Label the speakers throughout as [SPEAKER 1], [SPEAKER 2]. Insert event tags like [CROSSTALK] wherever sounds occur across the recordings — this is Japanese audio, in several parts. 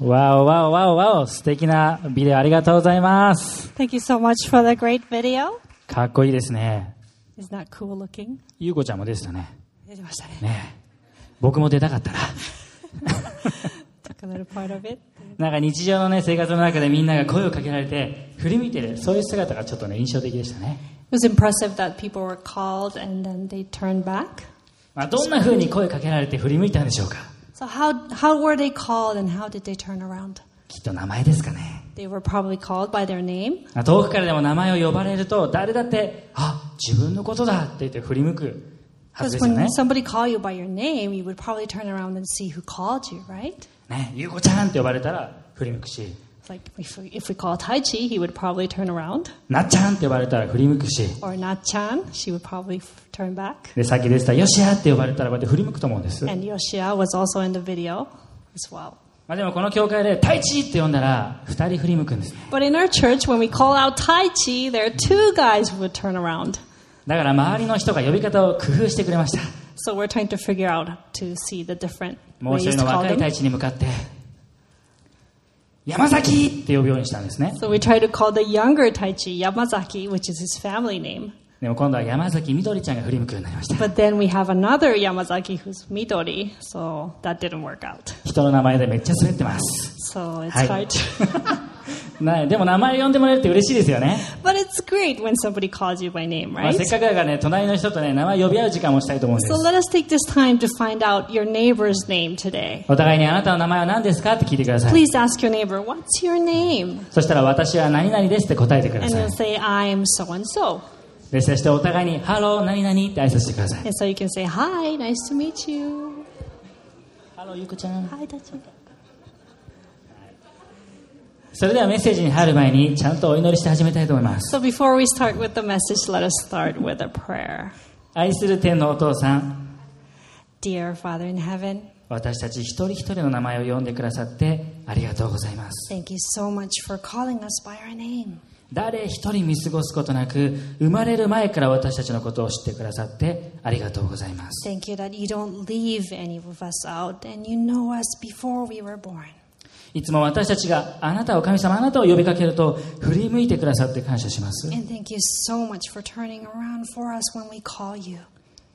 [SPEAKER 1] わおわおわおわお、素敵なビデオありがとうございます。
[SPEAKER 2] Thank you so much for the great video.
[SPEAKER 1] かっこいいですね。
[SPEAKER 2] Isn't that cool looking?
[SPEAKER 1] ゆうこちゃんも出てたね。
[SPEAKER 2] 出てましたね。
[SPEAKER 1] ねえ僕も出たかったな。
[SPEAKER 2] Took a little part of it.
[SPEAKER 1] なんか日常のね、生活の中でみんなが声をかけられて、振り向いてる、そういう姿がちょっとね、印象的でしたね。
[SPEAKER 2] It was impressive that people were called and then they turned back.
[SPEAKER 1] まあ、どんな風に声かけられて振り向いたんでしょうか
[SPEAKER 2] So how how were they called and how did they turn around?
[SPEAKER 1] きっと名前ですかね。
[SPEAKER 2] They were probably called by their name.
[SPEAKER 1] まあ遠くからでも名前を呼ばれると、誰だって、あ、自分のことだって言って振り向くはず
[SPEAKER 2] Because
[SPEAKER 1] ですよね
[SPEAKER 2] when。somebody call you by your name, you would probably turn around and see who called you, right?
[SPEAKER 1] ね、ゆうこちゃんって呼ばれたら振り向くし、
[SPEAKER 2] It's Like if we, if we call Tai Chi, he would probably turn around.
[SPEAKER 1] なっちゃんって呼ばれたら振り向くし、
[SPEAKER 2] Or Natchan, she would probably f- turn back.
[SPEAKER 1] で、さっき出てた、よしやって呼ばれたらこうやって振り向くと思うんです。
[SPEAKER 2] And Yoshia was also in the video as well.
[SPEAKER 1] まあでもこの教会で、太一って呼んだら、二人振り向くんですね。
[SPEAKER 2] But in our church, when we call out Tai Chi, there are two guys who would turn around.
[SPEAKER 1] だから周りの人が呼び方を工夫してくれました。
[SPEAKER 2] So we're trying to figure out to see the different
[SPEAKER 1] もう一
[SPEAKER 2] ways
[SPEAKER 1] 人
[SPEAKER 2] to
[SPEAKER 1] の
[SPEAKER 2] call
[SPEAKER 1] 若い太
[SPEAKER 2] them.
[SPEAKER 1] 一に向かって、山崎って呼ぶようにしたんですね。
[SPEAKER 2] So we try to call the younger Tai Chi Yamazaki, which is his family name.
[SPEAKER 1] でも今度は山崎みどりちゃんが振り向くようになりました。
[SPEAKER 2] But then we have another Yamazaki who's Midori, so that didn't work out.
[SPEAKER 1] 人の名前でめっちゃ滑ってます。
[SPEAKER 2] So it's
[SPEAKER 1] Hi.
[SPEAKER 2] hard to.
[SPEAKER 1] なでも名前呼んでもらえるって嬉しいですよね。
[SPEAKER 2] but it's great when somebody calls you by name,
[SPEAKER 1] まあ、
[SPEAKER 2] right?
[SPEAKER 1] せっかくだからね、隣の人とね、名前呼び合う時間もしたいと思うんで
[SPEAKER 2] So
[SPEAKER 1] す。
[SPEAKER 2] let us take this time to find out your neighbor's name today.
[SPEAKER 1] お互いにあなたの名前は何ですかって聞いてください。
[SPEAKER 2] Please ask your neighbor, what's your name?
[SPEAKER 1] そしたら私は何々ですって答えてくだ
[SPEAKER 2] And
[SPEAKER 1] さい
[SPEAKER 2] they'll。say, I'm so and so.
[SPEAKER 1] で、そしてお互いに、ハロー、何々って挨拶してください。
[SPEAKER 2] And so you can say, Hi, nice to meet you.
[SPEAKER 1] ハロー、ゆうこちゃん。
[SPEAKER 2] Hi, Tachi.
[SPEAKER 1] それではメッセージに入る前に、ちゃんとお祈りして始めたいと思います。
[SPEAKER 2] So before we start with the message, let us start with a prayer.
[SPEAKER 1] 愛する天のお父さん、
[SPEAKER 2] Dear Father in heaven,
[SPEAKER 1] 私たち一人一人の名前を呼んでくださってありがとうございます。
[SPEAKER 2] thank you so much for calling us by our name.
[SPEAKER 1] 誰一人見過ごすことなく、生まれる前から私たちのことを知ってくださってありがとうございます。
[SPEAKER 2] Thank you that you don't leave any of us out and you know us before we were born.
[SPEAKER 1] いつも私たちがあなたを神様、あなたを呼びかけると、振り向いてくださって感謝します。
[SPEAKER 2] And thank you so much for turning around for us when we call you.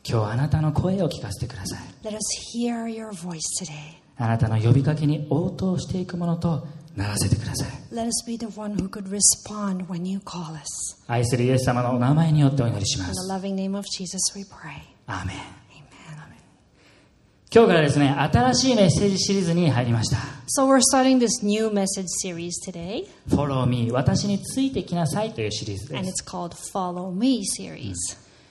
[SPEAKER 1] 今日あなたの声を聞かせてください。
[SPEAKER 2] Let us hear your voice today.
[SPEAKER 1] あなたの呼びかけに応答していくものとならせてください。
[SPEAKER 2] Let us be the one who could respond when you call us.
[SPEAKER 1] 愛するイエス様のお名前によってお祈りしま
[SPEAKER 2] In the
[SPEAKER 1] す。
[SPEAKER 2] loving name of Jesus, we pray.
[SPEAKER 1] アーメン。
[SPEAKER 2] Amen.
[SPEAKER 1] 今日からですね、新しいメッセージシリーズに入りました。
[SPEAKER 2] So we're starting this new message series today,
[SPEAKER 1] Follow me 私についてきなさいというシリーズ
[SPEAKER 2] and
[SPEAKER 1] です。
[SPEAKER 2] it's called Follow Me series.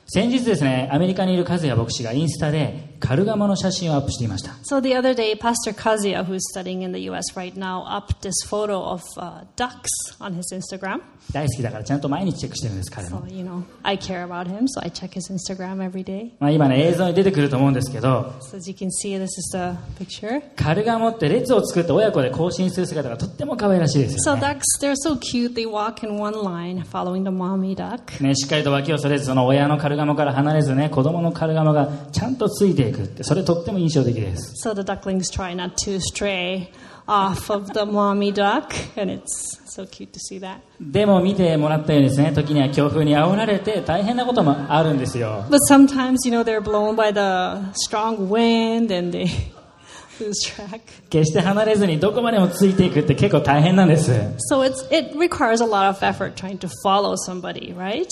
[SPEAKER 1] 先日ですね、アメリカにいる和也牧師がインスタでカルガモの写真をアップしていました。
[SPEAKER 2] So the other day, Pastor Kazuya, who's studying in the U.S. right now, upped this photo of uh, ducks on his Instagram.
[SPEAKER 1] 大好きだからちゃんと毎日チェックしてるんです、彼も
[SPEAKER 2] So。you know, I care about him, so I check his Instagram every day.
[SPEAKER 1] まあ、今ね、映像に出てくると思うんですけど、
[SPEAKER 2] So as you can see, this is the picture.
[SPEAKER 1] カルガモって列を作って親子で行進する姿がとっても可愛らしいですよ
[SPEAKER 2] So
[SPEAKER 1] ね。
[SPEAKER 2] ducks, they're so cute. They walk in one line, following the mommy duck.
[SPEAKER 1] ね、しっかりと脇をそれずその親のカルガモから離れずね子供のカルガモがちゃんとついていくってそれとっても印象的です
[SPEAKER 2] So the ducklings try not to stray off of the mommy duck, and it's so cute to see that.
[SPEAKER 1] でも見てもらったようにですね時には強風に煽られて大変なこともあるんですよ
[SPEAKER 2] But sometimes, you know, they're blown by the strong wind and they [LAUGHS] lose track.
[SPEAKER 1] 決して離れずにどこまでもついていくって結構大変なんです、は
[SPEAKER 2] So it's it requires a lot of effort trying to follow somebody, right?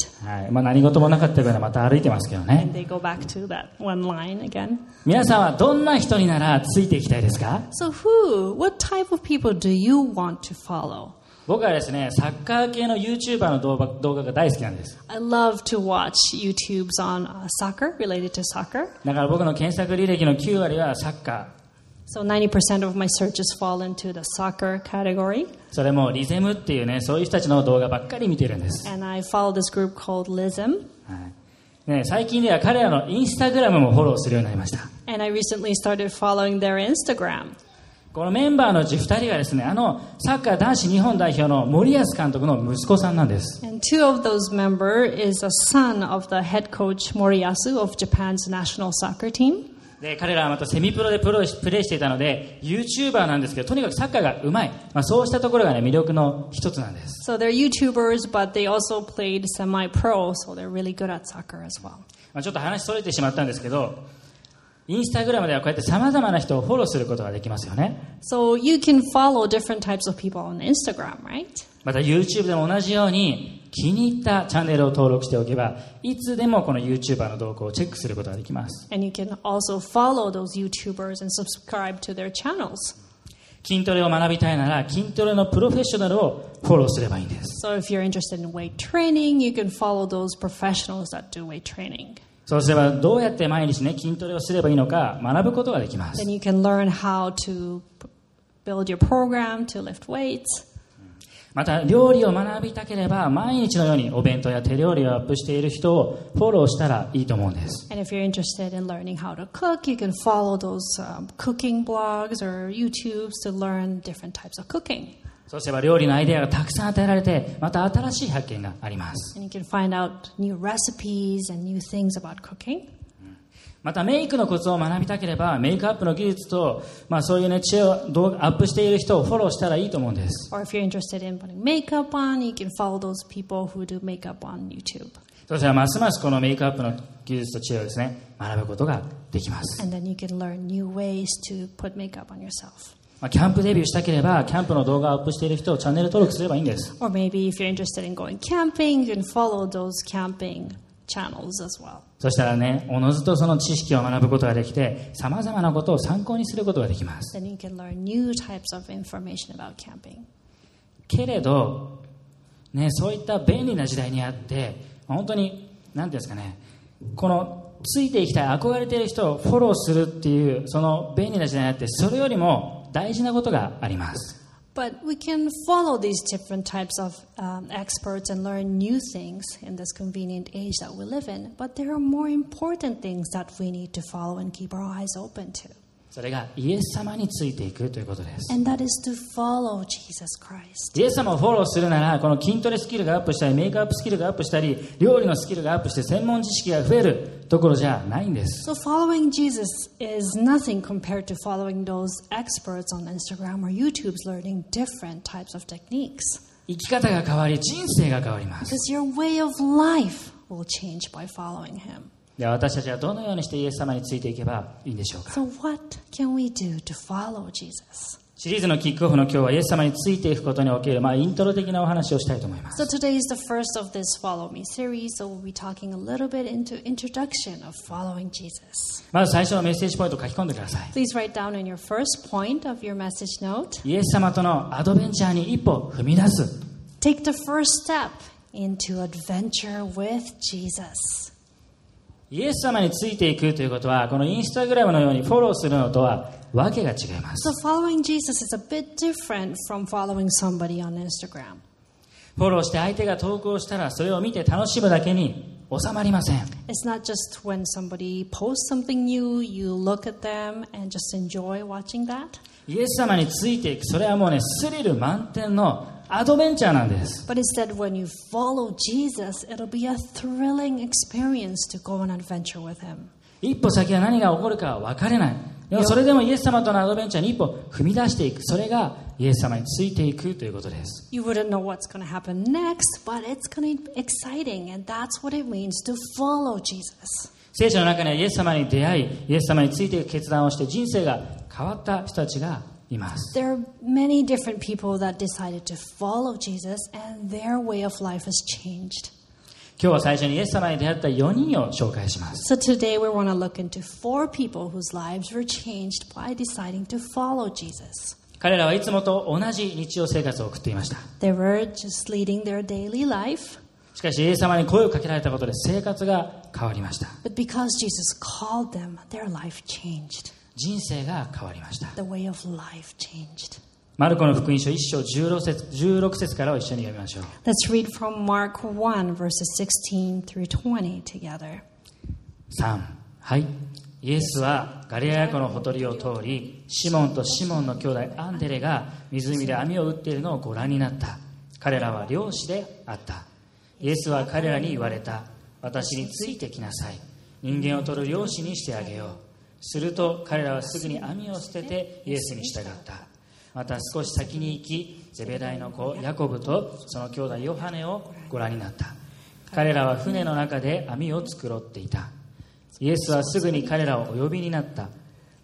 [SPEAKER 1] いまあ、何事もなかったからまた歩いてますけどね
[SPEAKER 2] And they go back to that one line again.
[SPEAKER 1] 皆さんはどんな人にならついていきたいですか
[SPEAKER 2] So who, what type of people do you want to follow?
[SPEAKER 1] 僕はですねサッカー系の YouTuber の動画動画が大好きなんです
[SPEAKER 2] I love to watch YouTubes on uh, soccer related to soccer.
[SPEAKER 1] だから僕の検索履歴の9割はサッカー
[SPEAKER 2] So 90% of my searches fall into the soccer category,
[SPEAKER 1] それもリゼムっていうねそういう人たちの動画ばっかり見てるんです
[SPEAKER 2] and I follow this group called Lism.
[SPEAKER 1] はいね、最近では彼らのインスタグラムもフォローするようになりました
[SPEAKER 2] And I recently started following their Instagram.
[SPEAKER 1] このメンバーのうち2人がですねあのサッカー男子日本代表の森保監督の息子さんなんです
[SPEAKER 2] And two of those members is a son of the head coach Moriyasu of Japan's national soccer team.
[SPEAKER 1] で彼らはまたセミプロでプロプレーしていたので YouTuber なんですけどとにかくサッカーがうまい、まあ、そうしたところが、ね、魅力の一つなんです
[SPEAKER 2] So they're YouTubers, but they also played semi pro, so they're really good at soccer as well.
[SPEAKER 1] まあ、ちょっと話それてしまったんですけど、インスタグラムではこうやって様々な人をフォローすることができますよね。
[SPEAKER 2] So you can follow different types of people on Instagram, right?
[SPEAKER 1] また YouTube でも同じように気に入ったチャンネルを登録しておけば、いつでもこの YouTuber の動向をチェックすることができます。
[SPEAKER 2] And you can also follow those YouTubers and subscribe to their channels.
[SPEAKER 1] 筋トレを学びたいなら筋トレのプロフェッショナルをフォローすればいいんです。
[SPEAKER 2] So if you're interested in weight training, you can follow those professionals that do weight training.
[SPEAKER 1] そうすればどうやって毎日ね筋トレをすればいいのか学ぶことができます
[SPEAKER 2] Then。you can learn how to p- build your program to lift weights.
[SPEAKER 1] また料理を学びたければ毎日のようにお弁当や手料理をアップしている人をフォローしたらいいと思うんです。
[SPEAKER 2] And if you're interested in learning how to cook, you can follow those um, cooking blogs or YouTubes to learn different types of cooking.
[SPEAKER 1] そうすれば料理のアイデアがたくさん与えられてまた新しい発見があります
[SPEAKER 2] And you can find out new recipes and new things about cooking.
[SPEAKER 1] またメイクのコツを学びたければメイクアップの技術と、まあ、そういう、ね、知恵を動画アップしている人をフォローしたらいいと思うんです
[SPEAKER 2] Or if you're interested in putting makeup on, you can follow those people who do makeup on YouTube.
[SPEAKER 1] そうすればますますこのメイクアップの技術と知恵をですね学ぶことができます、
[SPEAKER 2] And then you can learn new ways to put makeup on yourself.
[SPEAKER 1] まあ、キャンプデビューしたければキャンプの動画をアップしている人をチャンネル登録すればいいんです
[SPEAKER 2] Or maybe if you're interested in going camping, you can follow those camping channels as well.
[SPEAKER 1] そしたらねおのずとその知識を学ぶことができてさまざまなことを参考にすることができます
[SPEAKER 2] Then you can learn new types of information about camping.
[SPEAKER 1] けれど、ね、そういった便利な時代にあって本当に何ていうんですかねこのついていきたい憧れている人をフォローするっていうその便利な時代にあってそれよりも大事なことがあります
[SPEAKER 2] But we can follow these different types of um, experts and learn new things in this convenient age that we live in. But there are more important things that we need to follow and keep our eyes open to.
[SPEAKER 1] それがイエス様についていくということです
[SPEAKER 2] And that is to follow Jesus Christ.
[SPEAKER 1] イエス様をフォローするならこの筋トレスキルがアップしたりメイクアップスキルがアップしたり料理のスキルがアップして専門知識が増えるところじゃないんです
[SPEAKER 2] So, following Jesus is nothing compared to following those experts on Instagram or YouTube's learning different types of techniques.
[SPEAKER 1] 生き方が変わり人生が変わります
[SPEAKER 2] Because your way of life will change by following him.
[SPEAKER 1] では私たちはどのようにしてイエス様についていけばいいんでしょうか
[SPEAKER 2] So, what can we do to follow Jesus?
[SPEAKER 1] シリーズのキックオフの今日はイエス様についていくことにおける、まあ、イントロ的なお話をしたいと思います
[SPEAKER 2] So, today is the first of this Follow Me series. So, we'll be talking a little bit into introduction of following Jesus.
[SPEAKER 1] まず最初のメッセージポイントを書き込んでください
[SPEAKER 2] Please write down in your first point of your message note.
[SPEAKER 1] イエス様とのアドベンチャーに一歩踏み出す
[SPEAKER 2] Take the first step into adventure with Jesus.
[SPEAKER 1] イエス様についていくということはこのインスタグラムのようにフォローするのとはわけが違います
[SPEAKER 2] So, following Jesus is a bit different from following somebody on Instagram.
[SPEAKER 1] フォローして相手が投稿したらそれを見て楽しむだけに収まりません
[SPEAKER 2] It's not just when somebody posts something new, you look at them and just enjoy watching that,
[SPEAKER 1] イエス様についていくそれはもうねスリル満点のアドベンチャーなんです
[SPEAKER 2] but instead, when you follow Jesus, it'll be a thrilling experience to go on an adventure with him.
[SPEAKER 1] 一歩先は何が起こるか分かれないでもそれでもイエス様とのアドベンチャーに一歩踏み出していくそれがイエス様についていくということです
[SPEAKER 2] You wouldn't know what's going to happen next, but it's going to be exciting, and that's what it means to follow Jesus.
[SPEAKER 1] 聖書の中にはイエス様に出会いイエス様についていく決断をして人生が変わった人たちがいます
[SPEAKER 2] There are many different people that decided to follow Jesus, and their way of life has changed.
[SPEAKER 1] 今日は最初にイエス様に出会った4人を紹介します
[SPEAKER 2] So today we want to look into four people whose lives were changed by deciding to follow Jesus.
[SPEAKER 1] 彼らはいつもと同じ日常生活を送っていました
[SPEAKER 2] They were just leading their daily life,
[SPEAKER 1] しかしイエス様に声をかけられたことで生活が変わりました
[SPEAKER 2] but because Jesus called them, their life changed.
[SPEAKER 1] 人生が変わりました
[SPEAKER 2] The way of life changed.
[SPEAKER 1] マルコの福音書1章16節 ,16 節からを一緒に読みましょう
[SPEAKER 2] Let's read from Mark 1, verses 16 through 20 together.
[SPEAKER 1] 3はいイエスはガリラヤ湖のほとりを通りシモンとシモンの兄弟アンデレが湖で網を打っているのをご覧になった彼らは漁師であったイエスは彼らに言われた私についてきなさい人間を取る漁師にしてあげようすると彼らはすぐに網を捨ててイエスに従ったまた少し先に行きゼベダイの子ヤコブとその兄弟ヨハネをご覧になった彼らは船の中で網を繕っていたイエスはすぐに彼らをお呼びになった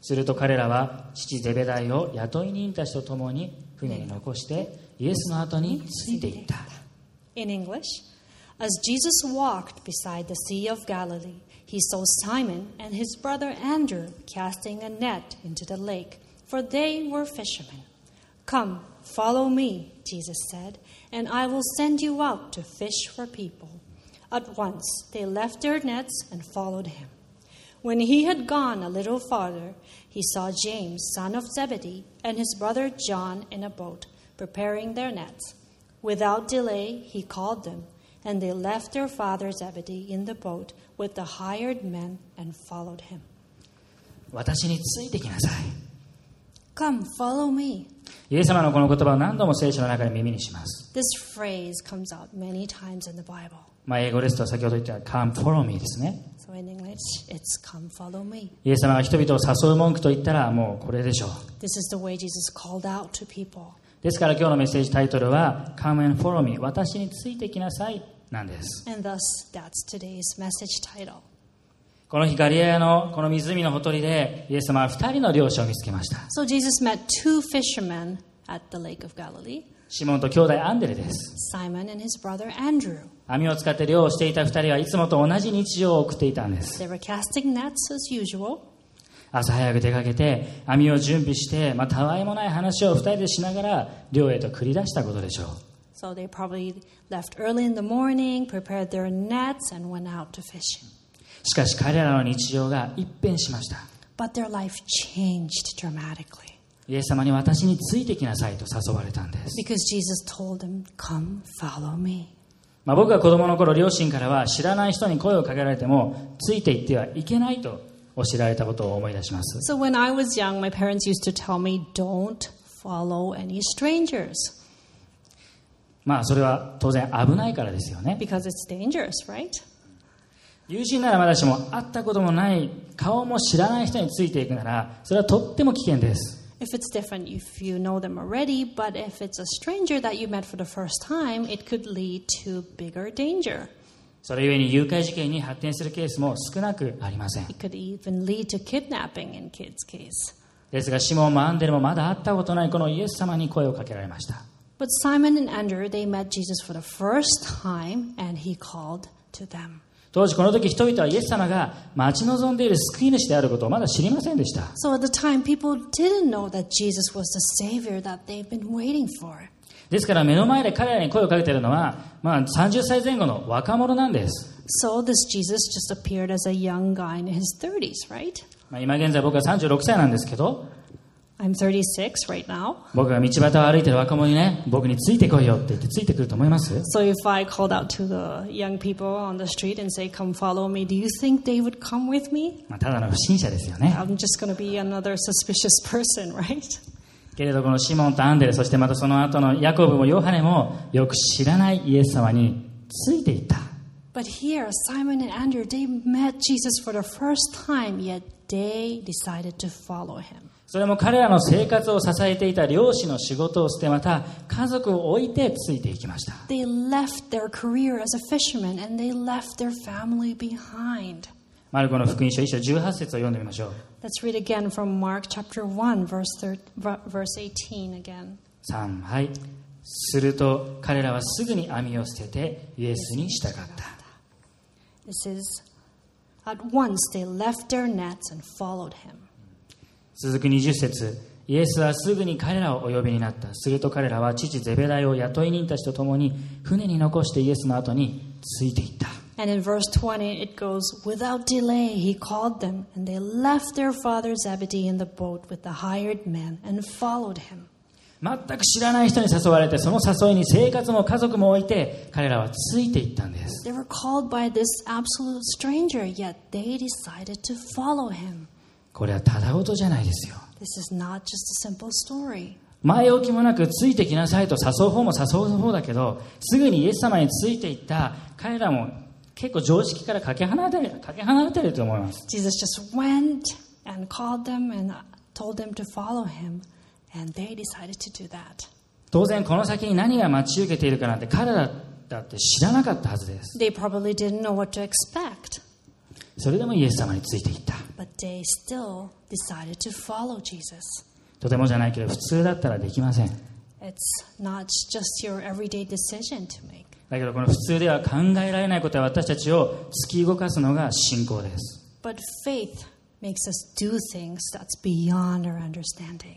[SPEAKER 1] すると彼らは父ゼベダイを雇い人たちと共に船に残してイエスの後についていった
[SPEAKER 2] In English, as Jesus walked beside the Sea of Galilee, he saw Simon and his brother Andrew casting a net into the lake, for they were fishermen. Come, follow me, Jesus said, and I will send you out to fish for people. At once they left their nets and followed him. When he had gone a little farther, he saw James, son of Zebedee, and his brother John in a boat, preparing their nets. Without delay, he called them, and they left their father Zebedee in the boat with the hired men and followed him.
[SPEAKER 1] 私についてきなさい
[SPEAKER 2] Come, follow me.
[SPEAKER 1] イエス様のこの言葉を何度も聖書の中で耳にします。
[SPEAKER 2] This phrase comes out many times in the Bible.
[SPEAKER 1] まあ、英語ですと先ほど言った Come follow me ですね。
[SPEAKER 2] So in English, it's come, follow me.
[SPEAKER 1] イエス様が人々を誘う文句と言ったらもうこれでしょう。
[SPEAKER 2] This is the way Jesus called out to people.
[SPEAKER 1] ですから今日のメッセージタイトルは Come and follow me 私についてきなさいなんです。
[SPEAKER 2] And thus, that's today's message title.
[SPEAKER 1] この日ガリアヤのこの湖のほとりでイエス様は二人の漁師を見つけました。
[SPEAKER 2] So Jesus met two fishermen at the Lake of Galilee
[SPEAKER 1] シモンと兄弟アンデレです。
[SPEAKER 2] Simon and his brother Andrew.
[SPEAKER 1] 網を使って漁をしていた二人はいつもと同じ日常を送っていたんです。
[SPEAKER 2] They were casting nets as usual.
[SPEAKER 1] 朝早く出かけて網を準備して、まあ、たわいもない話を二人でしながら漁へと繰り出したことでしょう。
[SPEAKER 2] So they probably left early in the morning, prepared their nets, and went out to fishing.
[SPEAKER 1] しかし彼らの日常が一変しました。
[SPEAKER 2] But their life changed dramatically
[SPEAKER 1] イエス様に私についてきなさいと誘われたんです。
[SPEAKER 2] because Jesus told them, Come, follow me.
[SPEAKER 1] まあ、僕が子供の頃、両親からは知らない人に声をかけられても、ついていってはいけないと教えられたことを思い出します。
[SPEAKER 2] So when I was young, my parents used to tell me, Don't follow any strangers
[SPEAKER 1] まあそれは当然危ないからですよね。
[SPEAKER 2] because it's dangerous, right?
[SPEAKER 1] 友人ならまだしも会ったこともない、顔も知らない人についていくなら、それはとっても危険です。
[SPEAKER 2] If it's different, if you know them already, but if it's a stranger that you met for the first time, it could lead to bigger danger.
[SPEAKER 1] それゆえに誘拐事件に発展するケースも少なくありません。
[SPEAKER 2] It could even lead to kidnapping in kids' case.
[SPEAKER 1] ですが、シモンもアンデルもまだ会ったことないこのイエス様に声をかけられました。
[SPEAKER 2] But Simon and Andrew, they met Jesus for the first time and he called to them.
[SPEAKER 1] 当時この時人々はイエス様が待ち望んでいる救い主であることをまだ知りませんでした
[SPEAKER 2] So at the time, people didn't know that Jesus was the Savior that they've been waiting for.
[SPEAKER 1] ですから目の前で彼らに声をかけているのは、まあ、30歳前後の若者なんです、
[SPEAKER 2] So this Jesus just appeared as a young guy in his 30s, right?
[SPEAKER 1] まあ、今現在僕は36歳なんですけど
[SPEAKER 2] I'm 36 right now.
[SPEAKER 1] 僕が道端を歩いている若者にね僕についてこいよって言ってついてくると思います
[SPEAKER 2] So if I called out to the young people on the street and say, "Come follow me," do you think they would come with me?
[SPEAKER 1] まあ、ただの不審者ですよね
[SPEAKER 2] I'm just going to be another suspicious [LAUGHS] person, right?
[SPEAKER 1] けれどこのシモンとアンデルそしてまたその後のヤコブもヨハネもよく知らないイエス様についていった
[SPEAKER 2] But here, Simon and Andrew, they met Jesus for the first time, yet they decided to follow him.
[SPEAKER 1] それも彼らの生活を支えていた漁師の仕事を捨てまた家族を置いてついていきました
[SPEAKER 2] They left their career as a fisherman and they left their family behind.
[SPEAKER 1] マルコの福音書1章18節を読んでみましょう
[SPEAKER 2] Let's read again from Mark chapter 1, verse, thir- ver- verse 18 again.
[SPEAKER 1] 3はいすると彼らはすぐに網を捨ててイエスに従った
[SPEAKER 2] This is at once they left their nets and followed him.
[SPEAKER 1] 続く20節イエスはすぐに彼らをお呼びになったすると彼らは父ゼベダイを雇い人たちと共に船に残してイエスの後についていった
[SPEAKER 2] And in verse 20, it goes, Without delay, he called them, and they left their father Zebedee in the boat with the hired men and followed him.
[SPEAKER 1] 全く知らない人に誘われてその誘いに生活も家族も置いて彼らはついていったんです
[SPEAKER 2] They were called by this absolute stranger, yet they decided to follow him.
[SPEAKER 1] これはただごとじゃないですよ
[SPEAKER 2] This is not just a simple story.
[SPEAKER 1] 前置きもなくついてきなさいと誘う方も誘う方だけどすぐにイエス様についていった彼らも結構常識からかけ離れてるかけ離れてると思います
[SPEAKER 2] Jesus just went and called them and told them to follow him, and they decided to do that.
[SPEAKER 1] 当然この先に何が待ち受けているかなんて彼らだって知らなかったはずです
[SPEAKER 2] They probably didn't know what to expect,
[SPEAKER 1] それでもイエス様についていった
[SPEAKER 2] but they still decided to follow Jesus.
[SPEAKER 1] とてもじゃないけど普通だったらできません
[SPEAKER 2] It's not just your everyday decision to make.
[SPEAKER 1] だけどこの普通では考えられないことは私たちを突き動かすのが信仰です
[SPEAKER 2] But faith makes us do things that's beyond our understanding.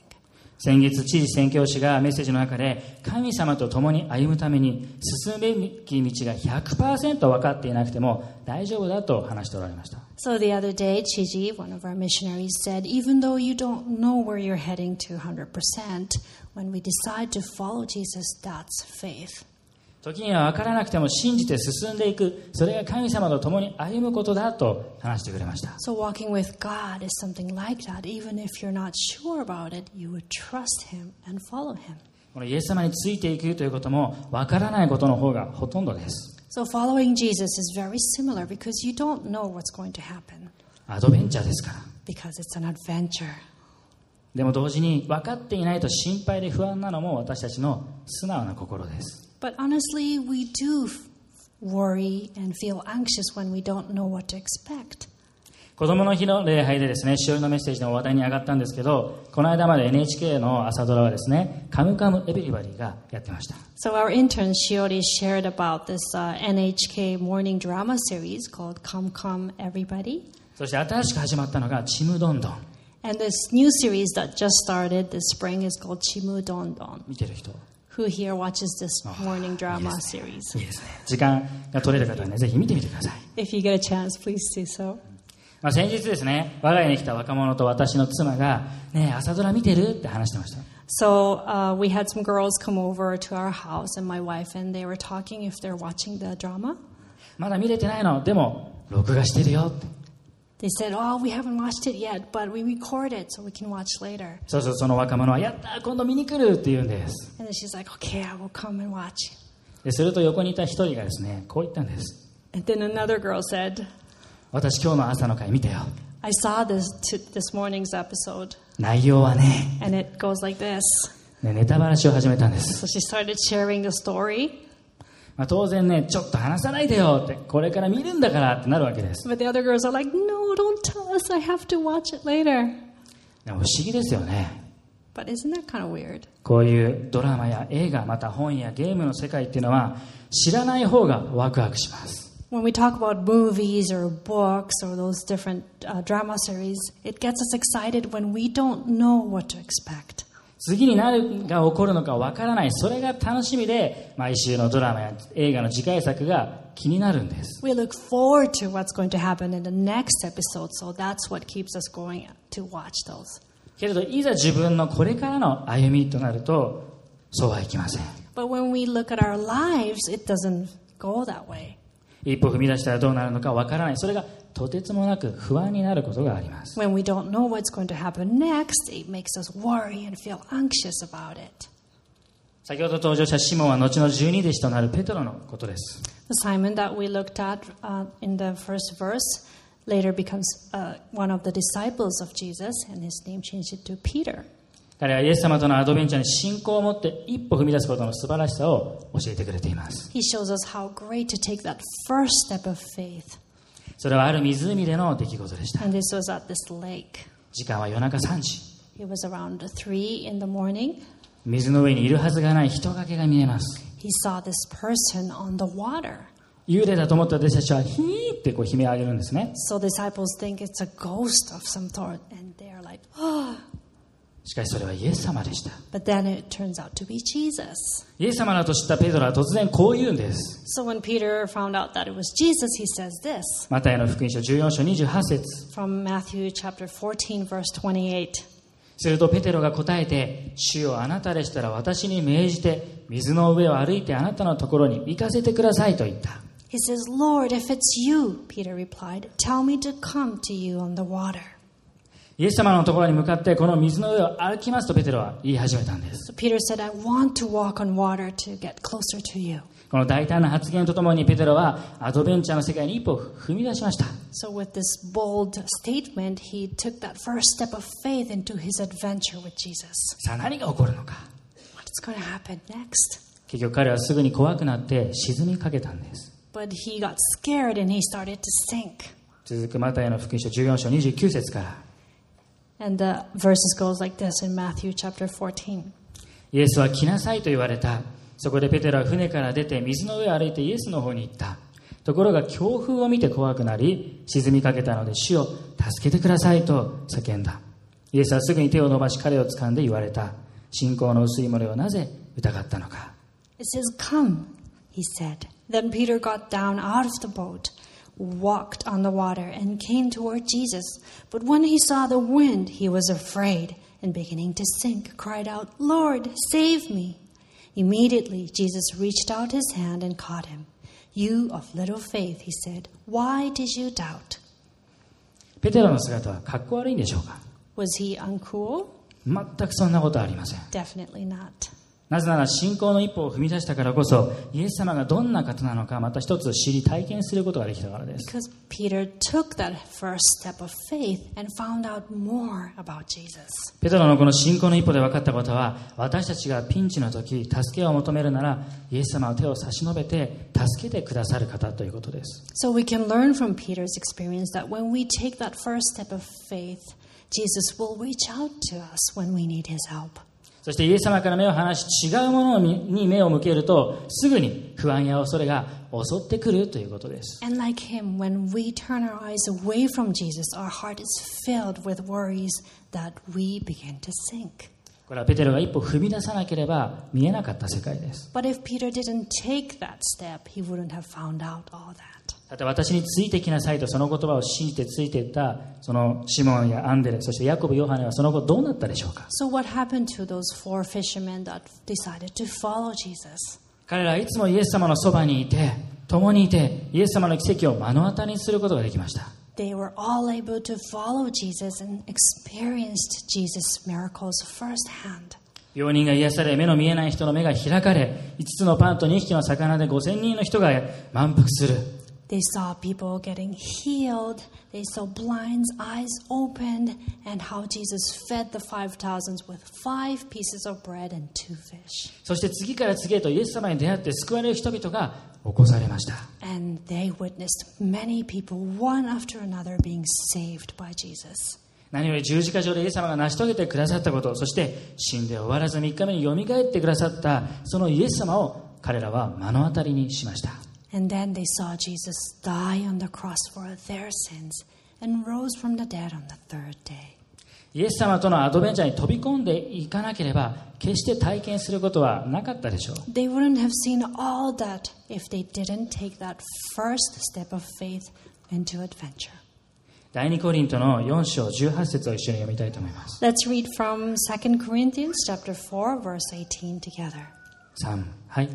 [SPEAKER 1] 先月知事宣教師がメッセージの中で神様と共に歩むために進むべき道が100%分かっていなくても大丈夫だと話しておられました
[SPEAKER 2] So the other day, Chiji, one of our missionaries, said, even though you don't know where you're heading to 100%, when we decide to follow Jesus, that's faith.
[SPEAKER 1] 時には分からなくても信じて進んでいくそれが神様と共に歩むことだと話してくれました
[SPEAKER 2] So walking with God is something like that. Even if you're not sure about it, you would trust Him and follow Him.
[SPEAKER 1] このイエス様についていくということも分からないことの方がほとんどです
[SPEAKER 2] So following Jesus is very similar because you don't know what's going to happen
[SPEAKER 1] アドベンチャーですから
[SPEAKER 2] because it's an adventure.
[SPEAKER 1] でも同時に分かっていないと心配で不安なのも私たちの素直な心です
[SPEAKER 2] But honestly, we do f- worry and feel anxious when we don't know what to expect.
[SPEAKER 1] 子供の日の礼拝でですね、しおりのメッセージの話題に上がったんですけど、この間まで NHK の朝ドラはですね、カムカムエビリバリーがやってました。
[SPEAKER 2] So our intern Shiori shared about this uh, NHK morning drama series called Come Come Everybody.
[SPEAKER 1] そして新しく始まったのがちむどんどん。
[SPEAKER 2] And this new series that just started this spring is called Chimu Don Don.
[SPEAKER 1] 見てる人。
[SPEAKER 2] Who here watches this morning drama series?
[SPEAKER 1] いいですね。時間が取れる方はね、ぜひ見てみてください。
[SPEAKER 2] If you get a chance, please do so.
[SPEAKER 1] まあ、先日ですね、我が家に来た若者と私の妻が、ねえ、朝ドラ見てるって話してました。
[SPEAKER 2] So uh, we had some girls come over to our house, and my wife and they were talking if they're watching the drama.
[SPEAKER 1] まだ見れてないの。でも、録画してるよって。
[SPEAKER 2] They said, "Oh, we haven't watched it yet, but we record it so we can watch later."
[SPEAKER 1] そうそう、その若者は、やったー今度見に来るって言うんです。
[SPEAKER 2] And then she's like, "Okay, I will come and watch."
[SPEAKER 1] ですると横にいた一人がですね、こう言ったんです。
[SPEAKER 2] And then another girl said,
[SPEAKER 1] 私今日の朝の会見たよ。
[SPEAKER 2] "I saw this t- this morning's episode,
[SPEAKER 1] 内容はね、
[SPEAKER 2] and it goes like this."
[SPEAKER 1] ねネタバラシを始めたんです。
[SPEAKER 2] So she started sharing the story,
[SPEAKER 1] まあ、当然ね、ちょっと話さないでよって、これから見るんだからってなるわけです。
[SPEAKER 2] but the other girls are like, "No, don't tell us. I have to watch it later."
[SPEAKER 1] でも不思議ですよね。
[SPEAKER 2] But isn't that kind of weird?
[SPEAKER 1] こういうドラマや映画、また本やゲームの世界っていうのは、知らない方がワクワクします。
[SPEAKER 2] When we talk about movies or books or those different uh, drama series, it gets us excited when we don't know what to expect.
[SPEAKER 1] 次に何が起こるのかわからない、それが楽しみで、毎週のドラマや映画の次回作が気になるんです。
[SPEAKER 2] We look forward to what's going to happen in the next episode, so that's what keeps us going to watch those.
[SPEAKER 1] けれど、いざ自分のこれからの歩みとなると、そうはいきません。
[SPEAKER 2] But when we look at our lives, it doesn't go that way.
[SPEAKER 1] 一歩踏み出したらどうなるのかわからない、それがとてつもなく不安になることがあります。
[SPEAKER 2] When we don't know what's going to happen next, it makes us worry and feel anxious about it.
[SPEAKER 1] 先ほど登場したシモンは後の十二弟子となるペトロのことです。
[SPEAKER 2] The Simon that we looked at uh, in the first verse later becomes uh, one of the disciples of Jesus, and his name changed to Peter.
[SPEAKER 1] 彼はイエス様とのアドベンチャーに信仰を持って一歩踏み出すことの素晴らしさを教えてくれています
[SPEAKER 2] He shows us how great to take that first step of faith,
[SPEAKER 1] それはある湖での出来事でした
[SPEAKER 2] and this was at this lake.
[SPEAKER 1] 時間は夜中3時
[SPEAKER 2] It was around three in the morning.
[SPEAKER 1] 水の上にいるはずがない人影が見えます
[SPEAKER 2] He saw this person on the water.
[SPEAKER 1] 幽霊だと思った弟子たちはヒーってこう悲鳴を上げるんですね
[SPEAKER 2] So disciples think it's a ghost of some sort, and they're like, oh.
[SPEAKER 1] しかしそれはイエス様でした
[SPEAKER 2] But then it turns out to be Jesus.
[SPEAKER 1] イエス様だと知ったペトロは突然こう言うんです
[SPEAKER 2] So when Peter found out that it was Jesus, he says this
[SPEAKER 1] マタイの福音書14章28節
[SPEAKER 2] from Matthew chapter 14, verse 28.
[SPEAKER 1] するとペテロが答えて「主よあなたでしたら私に命じて水の上を歩いてあなたのところに行かせてください」と言った
[SPEAKER 2] He says, Lord, if it's you, Peter replied, tell me to come to you on the water.
[SPEAKER 1] イイエス様のところに向かってこの水の上を歩きますとペテロは言い始めたんです
[SPEAKER 2] So Peter said, I want to walk on water to get closer to you.
[SPEAKER 1] この大胆な発言とともにペテロはアドベンチャーの世界に一歩踏み出しました
[SPEAKER 2] So, with this bold statement, he took that first step of faith into his adventure with Jesus.
[SPEAKER 1] さあ何が起こるのか
[SPEAKER 2] What's going to happen next?
[SPEAKER 1] 結局彼はすぐに怖くなって沈みかけたんです
[SPEAKER 2] But he got scared and he started to sink.
[SPEAKER 1] 続くマタイの福音書14章29節から
[SPEAKER 2] And the verses goes like this in Matthew chapter 14.
[SPEAKER 1] イエスは来なさいと言われたそこでペテロは船から出て水の上を歩いてイエスの方に行ったところが強風を見て怖くなり沈みかけたので主を助けてくださいと叫んだイエスはすぐに手を伸ばし彼を掴んで言われた信仰の薄い者をなぜ疑ったのか
[SPEAKER 2] It says, Come, he said. Then Peter got down out of the boat, walked on the water, and came toward Jesus. But when he saw the wind, he was afraid, and beginning to sink, cried out, Lord, save me. Immediately, Jesus reached out his hand and caught him. You of little faith, he said, why did you doubt?
[SPEAKER 1] ペテロの姿はかっこ悪いんでしょうか
[SPEAKER 2] Was he uncool?
[SPEAKER 1] 全くそんなことはありません
[SPEAKER 2] Definitely not.
[SPEAKER 1] なぜなら信仰の一歩を踏み出したからこそイエス様がどんな方なのかまた一つ知り体験することができたからです
[SPEAKER 2] Because Peter took that first step of faith and found out more about Jesus.
[SPEAKER 1] ペテロのこの信仰の一歩で分かったことは私たちがピンチの時助けを求めるならイエス様は手を差し伸べて助けてくださる方ということです
[SPEAKER 2] So we can learn from Peter's experience that when we take that first step of faith, Jesus will reach out to us when we need his help.
[SPEAKER 1] そしてイエス様から目を離し違うものに目を向けるとすぐに不安や恐れが襲ってくるということです
[SPEAKER 2] And like him, when we turn our eyes away from Jesus, our heart is filled with worries that we begin to sink.
[SPEAKER 1] これはペテロが一歩踏み出さなければ見えなかった世界です
[SPEAKER 2] But if Peter didn't take that step, he wouldn't have found out all that.
[SPEAKER 1] だって私についてきなさいとその言葉を信じてついていったそのシモンやアンデレそしてヤコブ・ヨハネはその後どうなったでしょうか
[SPEAKER 2] So, what happened to those four fishermen that decided to follow Jesus?
[SPEAKER 1] 彼らはいつもイエス様のそばにいて共にいてイエス様の奇跡を目の当たりにすることができました
[SPEAKER 2] They were all able to follow Jesus and experienced Jesus' miracles firsthand.
[SPEAKER 1] 病人が癒され目の見えない人の目が開かれ5つのパンと2匹の魚で5000人の人が満腹する
[SPEAKER 2] They saw people getting healed, they saw blinds' eyes opened, and how Jesus fed the 5,000 with five pieces of bread and two fish.
[SPEAKER 1] そして次から次へとイエス様に出会って救われる人々が起こされました
[SPEAKER 2] And they witnessed many people, one after another, being saved by Jesus.
[SPEAKER 1] 何より十字架上でイエス様が成し遂げてくださったことそして死んで終わらず3日目によみがえってくださったそのイエス様を彼らは目の当たりにしました
[SPEAKER 2] And then they saw Jesus die on the cross for their sins and rose from the dead on the third day.
[SPEAKER 1] イエス様とのアドベンチャーに飛び込んでいかなければ決して体験することはなかったでしょう
[SPEAKER 2] They wouldn't have seen all that if they didn't take that first step of faith into adventure.
[SPEAKER 1] 第2コリントの4章18節を一緒に読みたいと思います
[SPEAKER 2] Let's read from 2 Corinthians chapter 4 verse 18 together.
[SPEAKER 1] 3はい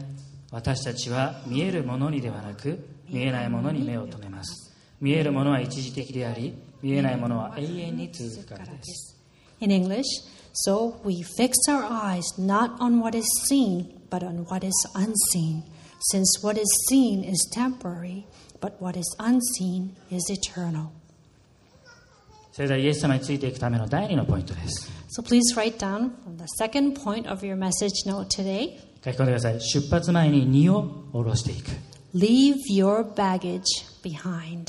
[SPEAKER 1] 私たちは見えるものにではなく見えないものに目を留めます見えるものは一時的であり見えないものは永遠に続くからです
[SPEAKER 2] In English, so we fix our eyes not on what is seen, but on what is unseen, since what is seen is temporary, but what is unseen is eternal.
[SPEAKER 1] それではイエス様についていくための第2のポイントです
[SPEAKER 2] So please write down from the second point of your message note today
[SPEAKER 1] 書き込んでください出発前に荷を下ろしていく
[SPEAKER 2] leave your baggage behind.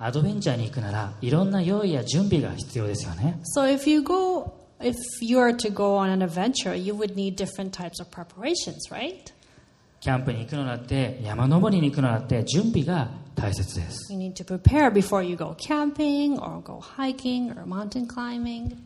[SPEAKER 1] アドベンチャーに行くならいろんな用意や準備が必要ですよね
[SPEAKER 2] So if you go if you are to go on an adventure, you would need different types of preparations, right?
[SPEAKER 1] キャンプに行くのだって山登りに行くのだって準備が大切です
[SPEAKER 2] You need to prepare before you go camping or go hiking or mountain climbing.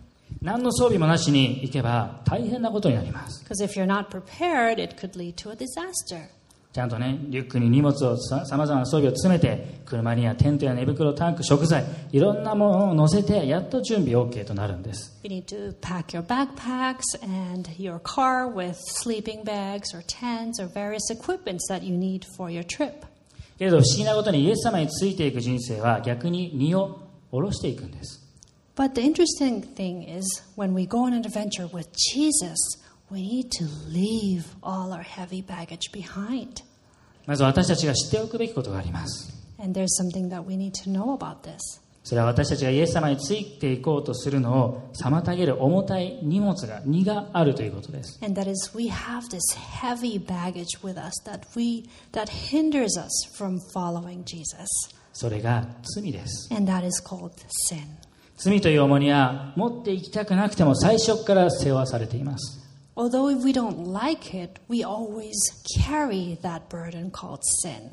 [SPEAKER 1] 何の装備もなしに行けば大変なことになります
[SPEAKER 2] Because if you're not prepared, it could lead to a disaster.
[SPEAKER 1] ちゃんとねリュックに荷物をささまざまな装備を詰めて車にはテントや寝袋タンク食材いろんなものを乗せてやっと準備 OK となるんです
[SPEAKER 2] You need to pack your backpacks and your car with sleeping bags or tents or various equipments that you need for your trip.
[SPEAKER 1] けれど不思議なことにイエス様についていく人生は逆に荷を下ろしていくんです
[SPEAKER 2] But the interesting thing is, when we go on an adventure with Jesus, we need to leave all our heavy baggage behind.
[SPEAKER 1] まず私たちが知っておくべきことがあります。
[SPEAKER 2] And there's something that we need to know about this.
[SPEAKER 1] それは私たちがイエス様についていこうとするのを妨げる重たい荷物が、荷があるということです。
[SPEAKER 2] And that is we have this heavy baggage with us that we that hinders us from following Jesus.
[SPEAKER 1] それが罪です。
[SPEAKER 2] And that is called sin.
[SPEAKER 1] 罪という重荷は持っていきたくなくても最初から背負わされています。
[SPEAKER 2] Although if we don't like it, we always carry that burden called sin.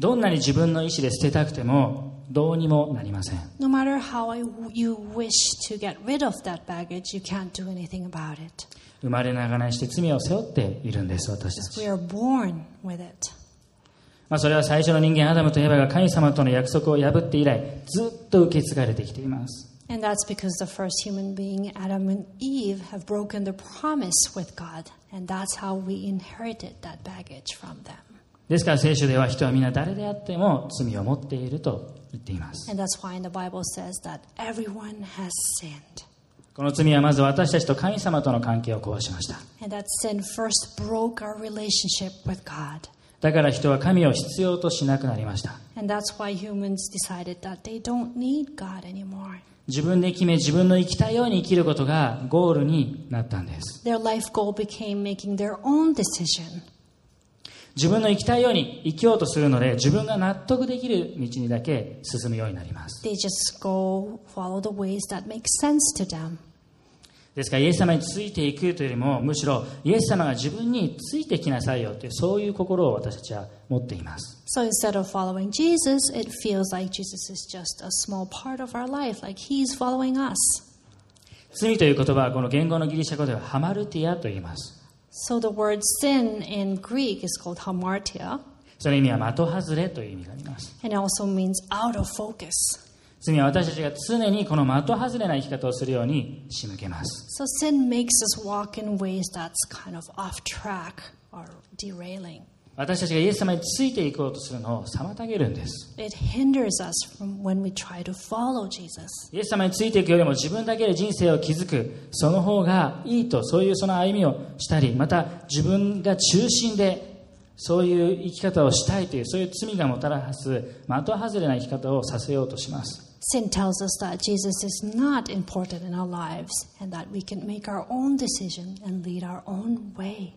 [SPEAKER 1] どんなに自分の意思で捨てたくてもどうにもなりません。
[SPEAKER 2] No matter how I, you wish to get rid of that baggage, you can't do anything about it.
[SPEAKER 1] 生まれながらにして罪を背負っているんです、私た
[SPEAKER 2] We
[SPEAKER 1] ち。
[SPEAKER 2] are born with it.
[SPEAKER 1] まあ、それは最初の人間アダムとエヴァが神様との約束を破って以来ずっと受け継がれてきています。
[SPEAKER 2] And that's because the first human being, Adam and Eve, have broken the promise with God. And that's how we inherited that baggage from them.
[SPEAKER 1] ですから聖書では人は皆誰であっても罪を持っていると言っています。
[SPEAKER 2] And that's why in the Bible says that everyone has sinned.
[SPEAKER 1] この罪はまず私たちと神様との関係を壊しました。
[SPEAKER 2] And that sin first broke our relationship with God.
[SPEAKER 1] だから人は神を必要としなくなりました。
[SPEAKER 2] And that's why humans decided that they don't need God anymore.
[SPEAKER 1] 自分で決め自分の生きたいように生きることがゴールになったんです。
[SPEAKER 2] Their life goal became making their own decision.
[SPEAKER 1] 自分の生きたいように生きようとするので自分が納得できる道にだけ進むようになります
[SPEAKER 2] They just go follow the ways that make sense to them.
[SPEAKER 1] ですからイエス様についていくというよりもむしろイエス様が自分についてきなさいよというそういう心を私たちは持っています
[SPEAKER 2] So instead of following Jesus, it feels like Jesus is just a small part of our life, like he's following us.
[SPEAKER 1] 罪という言葉はこの言語のギリシャ語ではハマルティアと言います
[SPEAKER 2] So the word sin in Greek is called hamartia,
[SPEAKER 1] その意味は的外れという意味があります
[SPEAKER 2] and it also means out of focus.
[SPEAKER 1] 罪は私たちが常にこの的外れな生き方をするように仕向けます
[SPEAKER 2] So sin makes us walk in ways that's kind of off track or derailing.
[SPEAKER 1] 私たちがイエス様についていこうとするのを妨げるんです
[SPEAKER 2] It hinders us from when we try to follow Jesus.
[SPEAKER 1] イエス様についていくよりも自分だけで人生を築くその方がいいとそういうその歩みをしたりまた自分が中心でそういう生き方をしたいというそういう罪がもたらす的外れな生き方をさせようとします
[SPEAKER 2] Sin tells us that Jesus is not important in our lives and that we can make our own decision and lead our own way.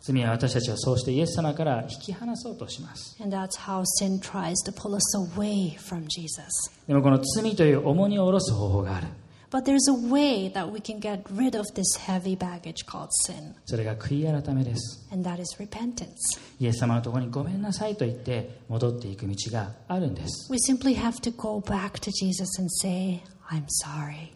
[SPEAKER 1] 罪は私たちをそうしてイエス様から引き離そうとします
[SPEAKER 2] And that's how sin tries to pull us away from Jesus.
[SPEAKER 1] でもこの罪という重荷を下ろす方法がある
[SPEAKER 2] But there's a way that we can get rid of this heavy baggage called sin,
[SPEAKER 1] それが悔い改めです
[SPEAKER 2] and that is repentance.
[SPEAKER 1] イエス様のところにごめんなさいと言って戻っていく道があるんです
[SPEAKER 2] We simply have to go back to Jesus and say, I'm sorry.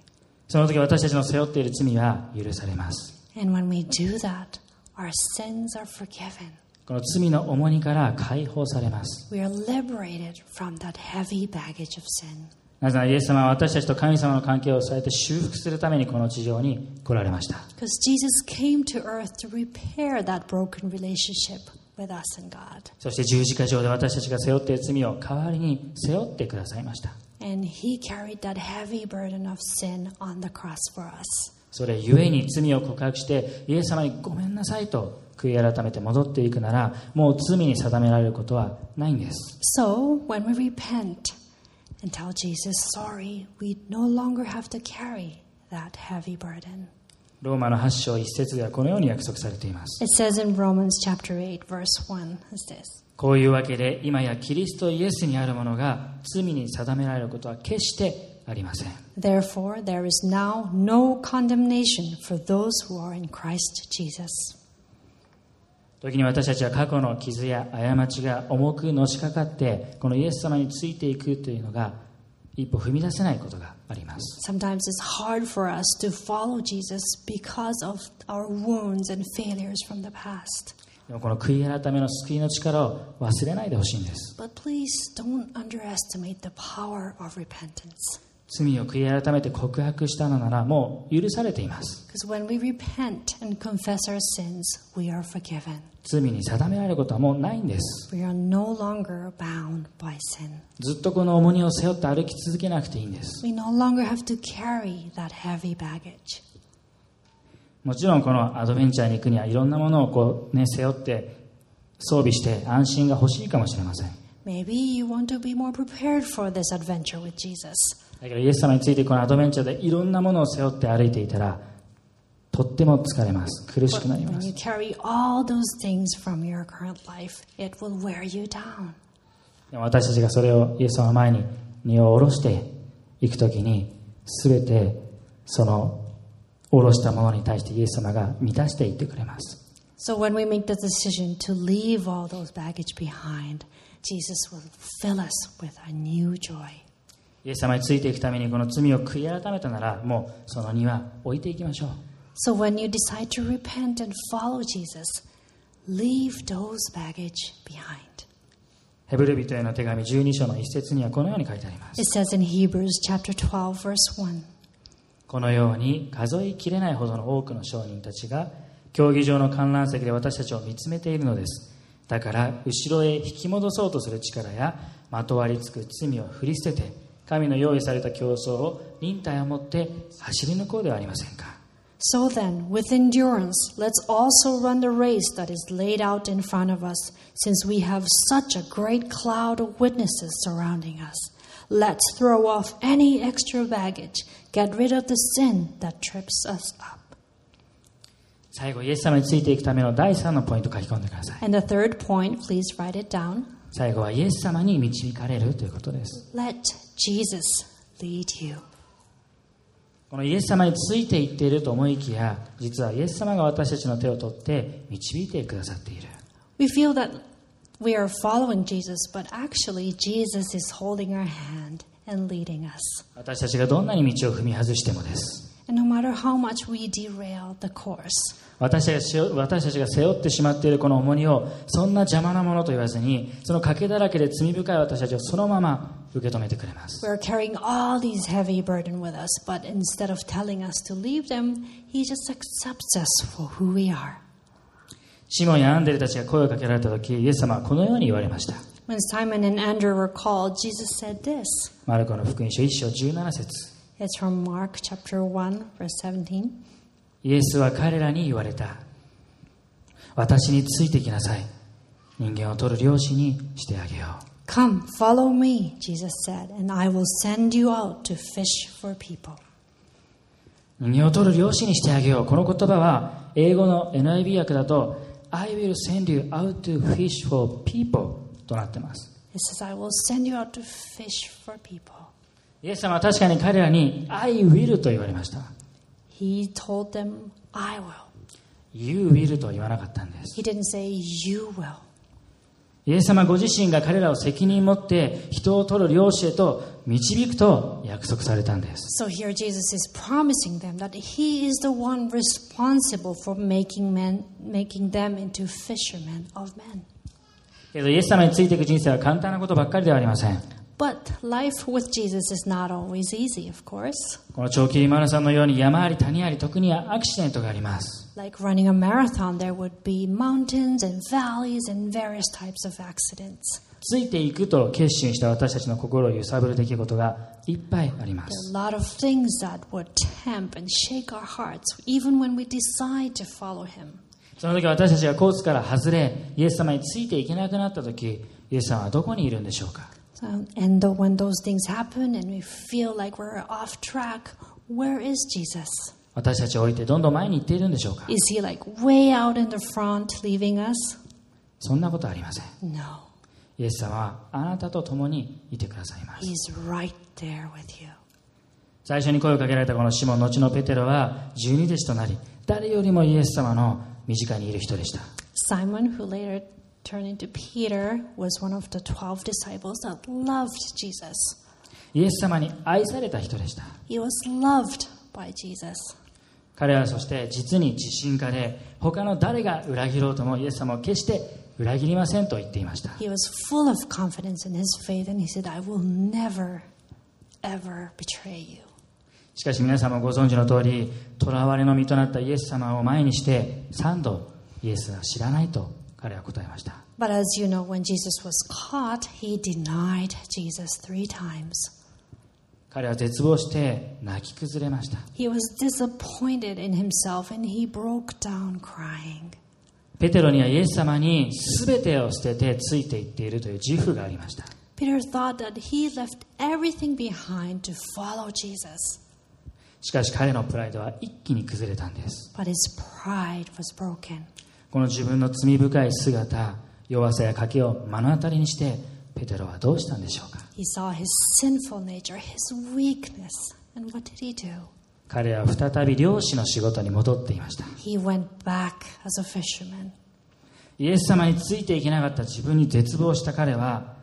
[SPEAKER 1] その時私たちの背負っている罪は許されます
[SPEAKER 2] And when we do that, our sins are forgiven.
[SPEAKER 1] この罪の重荷から解放されます。
[SPEAKER 2] We are liberated from that heavy baggage of sin.
[SPEAKER 1] なぜならイエス様は私たちと神様の関係を抑えて修復するためにこの地上に来られました。
[SPEAKER 2] Because Jesus came to earth to repair that broken relationship with us and God.
[SPEAKER 1] そして十字架上で私たちが背負っている罪を代わりに背負ってくださいました。
[SPEAKER 2] And he carried that heavy burden of sin on the cross for us.
[SPEAKER 1] それゆえに罪を告白してイエス様にごめんなさいと悔い改めて戻っていくならもう罪に定められることはないんです。
[SPEAKER 2] So when we repent and tell Jesus, sorry, we no longer have to carry that heavy burden.
[SPEAKER 1] ローマの8章1節ではこのように約束されています。
[SPEAKER 2] It says in Romans chapter 8, verse 1 is this
[SPEAKER 1] こういうわけで今やキリストイエスにあるものが罪に定められることは決してありません。
[SPEAKER 2] Therefore, there is now no condemnation for those who are in Christ Jesus.
[SPEAKER 1] 時に私たちは過去の傷や過ちが重くのしかかってこのイエス様についていくというのが一歩踏み出せないことがあります
[SPEAKER 2] Sometimes it's hard for us to follow Jesus because of our wounds and failures from the past.
[SPEAKER 1] でもこの悔い改めの救いの力を忘れないでほしいんです
[SPEAKER 2] But please don't underestimate the power of repentance.
[SPEAKER 1] 罪を悔い改めて告白したのならもう許されています
[SPEAKER 2] Because when we repent and confess our sins, we are forgiven.
[SPEAKER 1] 罪に定められることはもうないんです
[SPEAKER 2] We are no longer bound by sin.
[SPEAKER 1] ずっとこの重荷を背負って歩き続けなくていいんです
[SPEAKER 2] We no longer have to carry that heavy baggage.
[SPEAKER 1] もちろんこのアドベンチャーに行くにはいろんなものをこう、ね、背負って装備して安心が欲しいかもしれません
[SPEAKER 2] Maybe you want to be more prepared for this adventure with Jesus.
[SPEAKER 1] だけどイエス様についてこのアドベンチャーでいろんなものを背負って歩いていたらとっても疲れます苦しくなりま
[SPEAKER 2] When you
[SPEAKER 1] す
[SPEAKER 2] carry all those things from your current life, it will wear you down.
[SPEAKER 1] でも私たちがそれをイエス様の前に荷を下ろしていくときに全てその下ろしたものに対してイエス様が満たしていってくれます
[SPEAKER 2] So when we make the decision to leave all those baggage behind, Jesus will fill us with a new joy.
[SPEAKER 1] イエス様についていくためにこの罪を悔い改めたならもうその荷は置いていきましょう
[SPEAKER 2] So when you decide to repent and follow Jesus, leave those baggage behind.
[SPEAKER 1] ヘブル人への手紙12章の一節にはこのように書いてあります
[SPEAKER 2] It says in Hebrews chapter 12 verse 1.
[SPEAKER 1] このように数えきれないほどの多くの商人たちが競技場の観覧席で私たちを見つめているのですだから後ろへ引き戻そうとする力やまとわりつく罪を振り捨てて神の用意された競争を忍耐を持って走り抜こうではありませんか
[SPEAKER 2] So then, with endurance, let's also run the race that is laid out in front of us, since we have such a great cloud of witnesses surrounding us. Let's throw off any extra baggage, get rid of the sin that trips us up.
[SPEAKER 1] 最後イエス様についていくための第3のポイント書き込んでください
[SPEAKER 2] And the third point, please write it down.
[SPEAKER 1] 最後はイエス様に導かれるということです
[SPEAKER 2] Let Jesus lead you.
[SPEAKER 1] このイエス様についていっていると思いきや実はイエス様が私たちの手を取って導いてくださっている
[SPEAKER 2] We feel that we are following Jesus, but actually, Jesus is holding our hand and leading us.
[SPEAKER 1] 私たちがどんなに道を踏み外してもです
[SPEAKER 2] And no matter how much we derail the course,
[SPEAKER 1] 私たちを私たちが背負ってしまっているこの重荷をそんな邪魔なものと言わずにその賭けだらけで罪深い私たちをそのまま受け止めてくれます
[SPEAKER 2] we're carrying all these heavy burden with us, but instead of telling us to leave them, he just accepts us for who we are.
[SPEAKER 1] シモンやアンデルたちが声をかけられた時イエス様はこのように言われました
[SPEAKER 2] When Simon and Andrew were called, Jesus said this.
[SPEAKER 1] マルコの福音書1章17節
[SPEAKER 2] It's from Mark chapter 1, verse 17.
[SPEAKER 1] イエスは彼らに言われた。私についてきなさい。人間を取る漁師にしてあげよ
[SPEAKER 2] Come, follow me, Jesus said, and I will send you out to fish for people.
[SPEAKER 1] う。人間を取る漁師にしてあげよう。この言葉は、英語の NIB 訳だと、I will send you out to fish for people となっています。
[SPEAKER 2] It says, I will send you out to fish for people.
[SPEAKER 1] イエス様は確かに彼らに、I will と言われました。
[SPEAKER 2] He told them, I will.
[SPEAKER 1] You will とは言わなかったんです。
[SPEAKER 2] He didn't say, You will.
[SPEAKER 1] イエス様ご自身が彼らを責任持って人を取る漁師へと導くと約束されたんです。
[SPEAKER 2] So here Jesus is promising them that he is the one responsible for making men making them into fishermen of men.
[SPEAKER 1] けどイエス様についていく人生は簡単なことばっかりではありません
[SPEAKER 2] But life with Jesus is not always easy, of course.
[SPEAKER 1] この長距離マラソンのように山あり谷あり特にアクシデントがあります
[SPEAKER 2] Like running a marathon, there would be mountains and valleys and various types of accidents.
[SPEAKER 1] ついていくと決心した私たちの心を揺さぶる出来事がいっぱいありま
[SPEAKER 2] There are a
[SPEAKER 1] す
[SPEAKER 2] lot of things that would tempt and shake our hearts even when we decide to follow him.
[SPEAKER 1] その時私たちがコースから外れイエス様についていけなくなった時イエス様はどこにいるんでしょうか
[SPEAKER 2] So, and though when those things happen and we feel like we're off track, where is Jesus?
[SPEAKER 1] 私たちを置いてどんどん前に行っているんでしょうか
[SPEAKER 2] Is he like way out in the front leaving us?
[SPEAKER 1] そんなことはありません
[SPEAKER 2] No.
[SPEAKER 1] イエス様はあなたと共にいてくださいます
[SPEAKER 2] He's right there with you.
[SPEAKER 1] 最初に声をかけられたこのシモン後のペテロは十二弟子となり誰よりもイエス様の身近にいる人でした
[SPEAKER 2] Simon, who later turned into Peter, was one of the 12 disciples that loved Jesus.
[SPEAKER 1] イエス様に愛された人でした
[SPEAKER 2] He was loved by Jesus.
[SPEAKER 1] 彼はそして実に自信家で他の誰が裏切ろうともイエス様を決して裏切りませんと言っていました
[SPEAKER 2] He was full of confidence in his faith and he said, I will never ever betray you.
[SPEAKER 1] しかし皆様ご存知の通り囚われの身となったイエス様を前にして3度イエスは知らないと彼は答えました
[SPEAKER 2] But as you know, when Jesus was caught, he denied Jesus three times.
[SPEAKER 1] 彼は絶望して泣き崩れました
[SPEAKER 2] He was disappointed in himself and he broke down crying.
[SPEAKER 1] ペテロにはイエス様に全てを捨ててついていっているという自負がありました
[SPEAKER 2] Peter thought that he left everything behind to follow Jesus,
[SPEAKER 1] しかし彼のプライドは一気に崩れたんです
[SPEAKER 2] but his pride was broken.
[SPEAKER 1] この自分の罪深い姿弱さや賭けを目の当たりにしてペテロはどうしたんでしょうか
[SPEAKER 2] He saw his sinful nature, his weakness, and what did he do?
[SPEAKER 1] 彼は再び漁師の仕事に戻っていました
[SPEAKER 2] He went back as a fisherman.
[SPEAKER 1] イエス様についていけなかった自分に絶望した彼は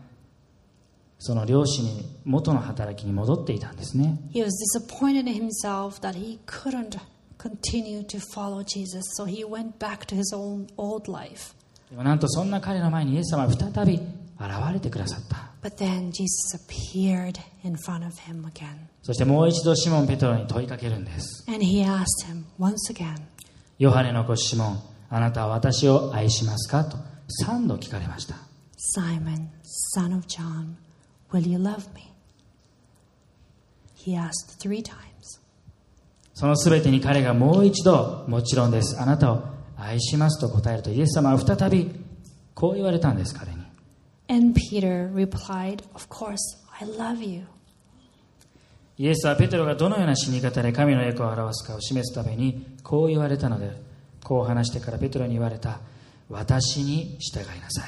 [SPEAKER 1] その漁師に元の働きに戻っていたんですね
[SPEAKER 2] He was disappointed in himself that he couldn't continue to follow Jesus, so he went back to his own old life.
[SPEAKER 1] でもなんとそんな彼の前にイエス様は再び現れてくださった。
[SPEAKER 2] But then Jesus appeared in front of him again,
[SPEAKER 1] そしてもう一度シモン・ペトロに問いかけるんです。
[SPEAKER 2] and he asked him once again,
[SPEAKER 1] ヨハネの子シモン、あなたは私を愛しますかと3度聞かれました。
[SPEAKER 2] Simon, son of John, will you love me? He asked three times.
[SPEAKER 1] その全てに彼がもう一度、もちろんです。あなたを愛しますと答えるとイエス様は再びこう言われたんです、彼に。
[SPEAKER 2] And Peter replied, Of course, I love you.
[SPEAKER 1] イエスはペテロがどのような死に方で神の栄光を表すかを示すためにこう言われたので、こう話してからペテロに言われた、私に従いなさい。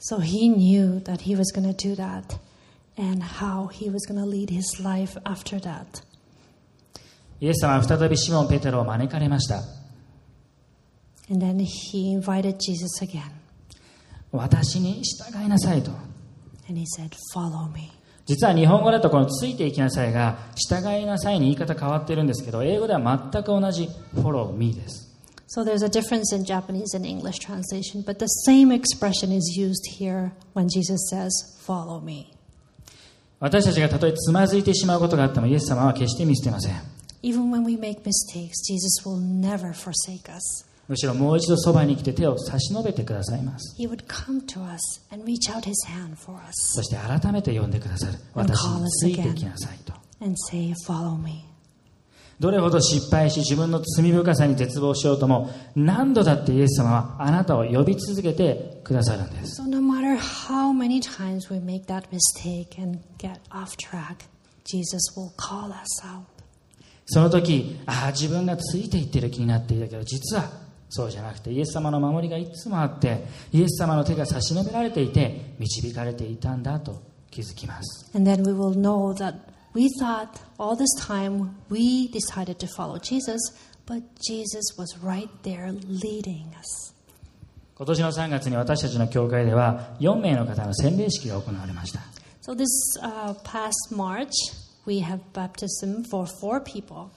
[SPEAKER 2] So he knew that he was going to do that and how he was going to lead his life after that.
[SPEAKER 1] イエス様は再びシモン・ペテロを招かれました。
[SPEAKER 2] And then he invited Jesus again
[SPEAKER 1] 私に従いなさいと。
[SPEAKER 2] and he said, Follow me.
[SPEAKER 1] 実は日本語だとこのついていきなさいが、従いなさいに言い方変わってるんですけど、英語では全く同じ follow me です。
[SPEAKER 2] So there's a difference in Japanese and English translation, but the same expression is used here when Jesus says, Follow me.
[SPEAKER 1] 私たちがたとえつまずいてしまうことがあっても、イエス様は決して見捨てません。
[SPEAKER 2] Even when we make mistakes, Jesus will never forsake us.
[SPEAKER 1] むしろもう一度そばに来て手を差し伸べてくださいます。
[SPEAKER 2] He would come to us and reach out his hand for us
[SPEAKER 1] そして改めて呼んでくださる。私についていきなさいと。
[SPEAKER 2] and say, Follow me.
[SPEAKER 1] どれほど失敗し自分の罪深さに絶望しようとも何度だってイエス様はあなたを呼び続けてくださるんです
[SPEAKER 2] So, no matter how many times we make that mistake and get off track, Jesus will call us out.
[SPEAKER 1] その時ああ自分がついていってる気になっていたけど実はそうじゃなくてイエス様の守りがいつもあってイエス様の手が差し伸べられていて導かれていたんだと気づきます
[SPEAKER 2] And then we will know that we thought all this time we decided to follow Jesus, but Jesus was right there leading us.
[SPEAKER 1] 今年の3月に私たちの教会では4名の方の洗礼式が行われました
[SPEAKER 2] So, this uh, past March, we have baptism for four people.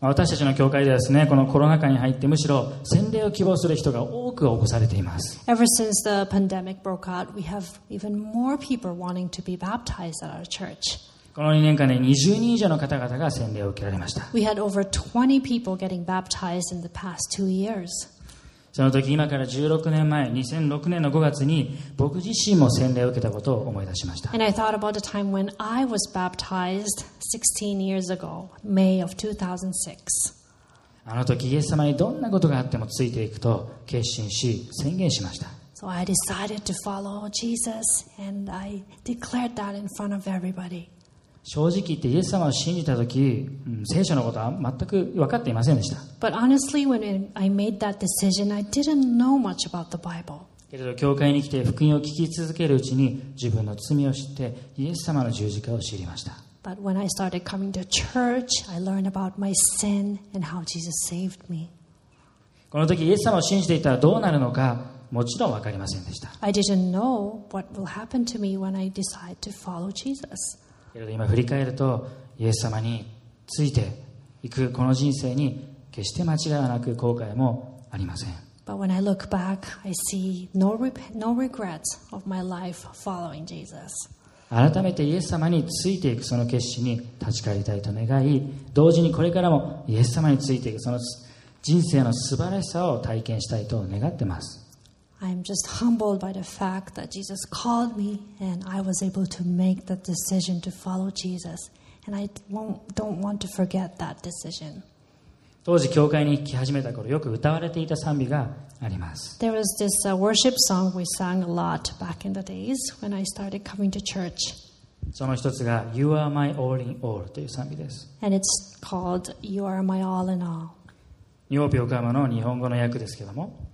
[SPEAKER 1] まあ私たちの教会ではですねこのコロナ禍に入ってむしろ洗礼を希望する人が多く起こされています
[SPEAKER 2] Ever since the pandemic broke out, we have even more people wanting to be baptized at our church.
[SPEAKER 1] この2年間で20人以上の方々が洗礼を受けられました。
[SPEAKER 2] We had over 20 people getting baptized in the past two years.
[SPEAKER 1] その時、今から16年前、2006年の5月に僕自身も洗礼を受けたことを思い出しました。
[SPEAKER 2] And I thought about the time when I was baptized 16 years ago, May of 2006.
[SPEAKER 1] あの時、イエス様にどんなことがあってもついていくと決心し、宣言しました。
[SPEAKER 2] So I decided to follow Jesus and I declared that in front of everybody.
[SPEAKER 1] 正直言ってイエス様を信じた時、うん聖書のことは全く分かっていませんでした。
[SPEAKER 2] But honestly, when I made that decision, I didn't know much about the Bible.
[SPEAKER 1] けれど、教会に来て福音を聞き続けるうちに自分の罪を知って、イエス様の十字架を知りました。
[SPEAKER 2] But when I started coming to church, I learned about my sin and how Jesus saved me.
[SPEAKER 1] この時、イエス様を信じていたらどうなるのか、もちろん分かりませんでした。
[SPEAKER 2] I didn't know what will happen to me when I decide to follow Jesus.
[SPEAKER 1] けれど今振り返るとイエス様についていくこの人生に決して間違いはなく後悔もありません
[SPEAKER 2] But when I look back, I see no, rep- no regrets of my life following Jesus.
[SPEAKER 1] 改めてイエス様についていくその決心に立ち返りたいと願い同時にこれからもイエス様についていくその人生の素晴らしさを体験したいと願ってます
[SPEAKER 2] I'm just humbled by the fact that Jesus called me and I was able to make that decision to follow Jesus. And I won't, don't want to forget that decision.
[SPEAKER 1] 当時教会に来始めた頃よく歌われていた賛美があります
[SPEAKER 2] There was this uh, worship song we sang a lot back in the days when I started coming to church.
[SPEAKER 1] その一つが「You are my all in all」という賛美です
[SPEAKER 2] And it's called You Are My All in All.
[SPEAKER 1] 日本横浜の日本語の訳ですけども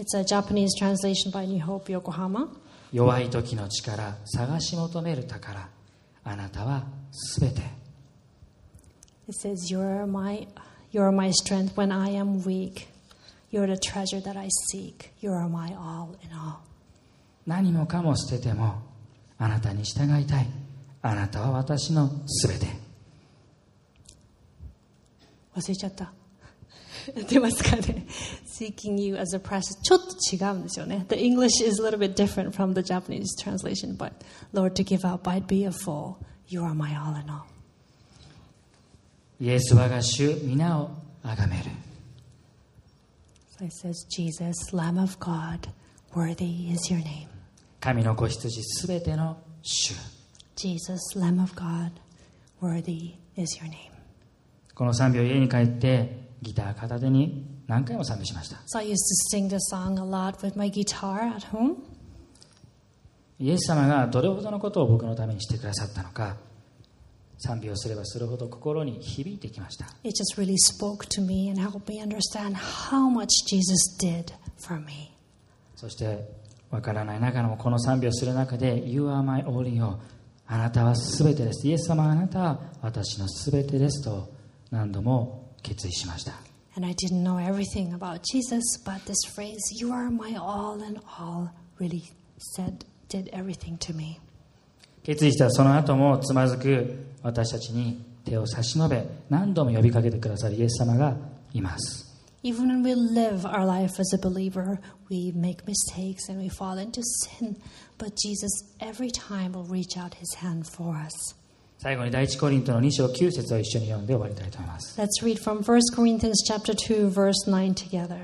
[SPEAKER 2] It's a Japanese translation by New Hope Yokohama.
[SPEAKER 1] 弱い時の力探し求める宝あなたはすべて
[SPEAKER 2] It says, You're my, you're my strength when I am weak. You're the treasure that I seek. You are my all in all.
[SPEAKER 1] 何もかも捨ててもあなたに従いたいあなたは私のすべて
[SPEAKER 2] 忘れちゃった。出ますかね ?Seeking you as a precious. ちょっと違うんですよね。The English is a little bit different from the Japanese translation, but Lord, to give up, I'd be a fool. You are my all in all.
[SPEAKER 1] イエス我が主皆をあがめる
[SPEAKER 2] So it says, Jesus, Lamb of God, worthy is your name.
[SPEAKER 1] 神の子羊すべての主
[SPEAKER 2] Jesus, Lamb of God, worthy is your name.
[SPEAKER 1] この賛美を家に帰ってギター片手に何回も賛美しました
[SPEAKER 2] So I used to sing this song a lot with my guitar at home.
[SPEAKER 1] イエス様がどれほどのことを僕のためにしてくださったのか賛美をすればするほど心に響いてきました
[SPEAKER 2] It just really spoke to me and helped me understand how much Jesus did for me.
[SPEAKER 1] そしてわからない中でもこの賛美をする中で「You are my all in all」あなたはすべてですイエス様あなたは私のすべてですと何度も決意しました
[SPEAKER 2] And I didn't know everything about Jesus, but this phrase, you are my all and all, really said, did everything to me.
[SPEAKER 1] 決意したその後もつまずく私たちに手を差し伸べ何度も呼びかけてくださるイエス様がいます
[SPEAKER 2] Even when we live our life as a believer, we make mistakes and we fall into sin, but Jesus every time will reach out his hand for us.
[SPEAKER 1] 最後に第一コリントの2章9節を一緒に読んで終わりたいと思います
[SPEAKER 2] Let's read from 1 Corinthians chapter 2 verse 9 together.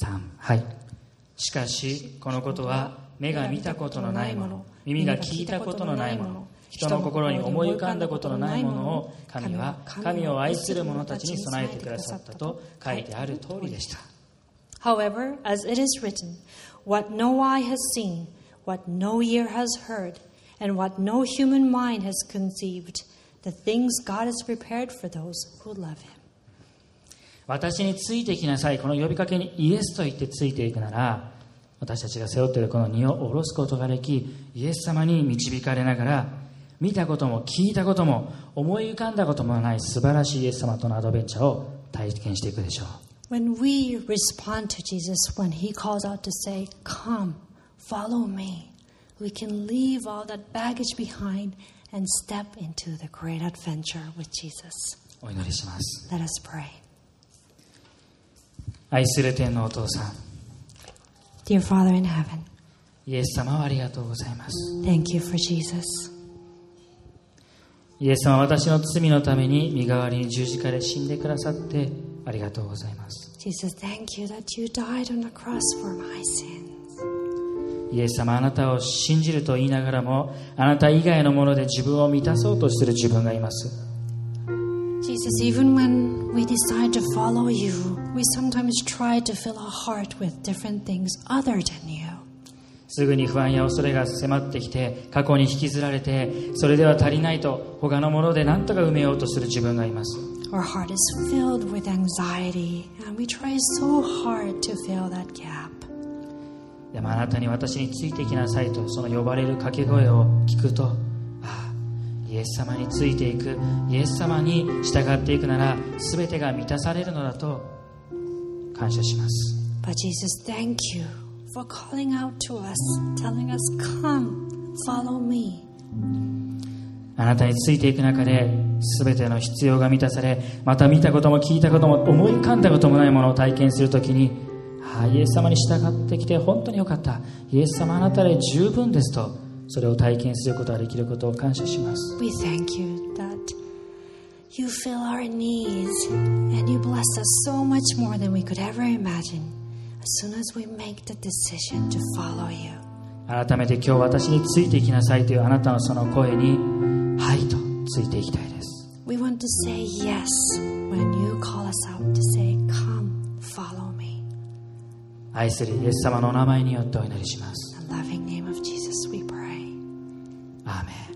[SPEAKER 1] 3はいしかしこのことは目が見たことのないもの耳が聞いたことのないもの人の心に思い浮かんだことのないものを神は神を愛する者たちに備えてくださったと書いてある通りでした
[SPEAKER 2] However, as it is written, what no eye has seen, what no ear has heard, and what no human mind has conceived, the things God has prepared for those who love him.
[SPEAKER 1] 私についてきなさいこの呼びかけにイエスと言ってついていくなら私たちが背負っているこの荷を下ろすことができイエス様に導かれながら見たことも聞いたことも思い浮かんだこともない素晴らしいイエス様とのアドベンチャーを体験していくでしょう
[SPEAKER 2] When we respond to Jesus when he calls out to say, Come, follow me, we can leave all that baggage behind and step into the great adventure with Jesus.
[SPEAKER 1] お祈りします
[SPEAKER 2] Let us pray.
[SPEAKER 1] 愛する天のお父さん
[SPEAKER 2] Dear Father in heaven,
[SPEAKER 1] イエス様をありがとうございます
[SPEAKER 2] thank you for Jesus.
[SPEAKER 1] イエス様は私の罪のために身代わりに十字架で死んでくださってありがとうございます
[SPEAKER 2] Jesus, thank you that you died on the cross for my sins.
[SPEAKER 1] イエス様あなたを信じると言いながらもあなた以外のもので自分を満たそうとする自分がいます
[SPEAKER 2] Jesus, even when we decide to follow you, we sometimes try to fill our heart with different things other than you.
[SPEAKER 1] すぐに不安や恐れが迫ってきて過去に引きずられてそれでは足りないと他のもので何とか埋めようとする自分がいます
[SPEAKER 2] Our heart is filled with anxiety, and we try so hard to fill that gap.
[SPEAKER 1] でもあなたに私についてきなさいとその呼ばれる掛け声を聞くとああイエス様についていくイエス様に従っていくなら全てが満たされるのだと感謝します
[SPEAKER 2] But Jesus, thank you for calling out to us, telling us, Come, follow me.
[SPEAKER 1] あなたについていく中で全ての必要が満たされまた見たことも聞いたことも思い浮かんだこともないものを体験するときにああイエス様に従ってきて本当によかったイエス様あなたで十分ですとそれを体験することができることを感謝します
[SPEAKER 2] We thank you that you fill our needs and you bless us so much more than we could ever imagine as soon as we make the decision to follow you.
[SPEAKER 1] 改めて今日私についていきなさいというあなたのその声に「はい」とついていきたいです
[SPEAKER 2] We want to say yes when you call us out to say, Come, follow me.
[SPEAKER 1] 愛するイエス様のお名前によってお祈りします
[SPEAKER 2] In the loving name of Jesus, we pray.
[SPEAKER 1] アーメン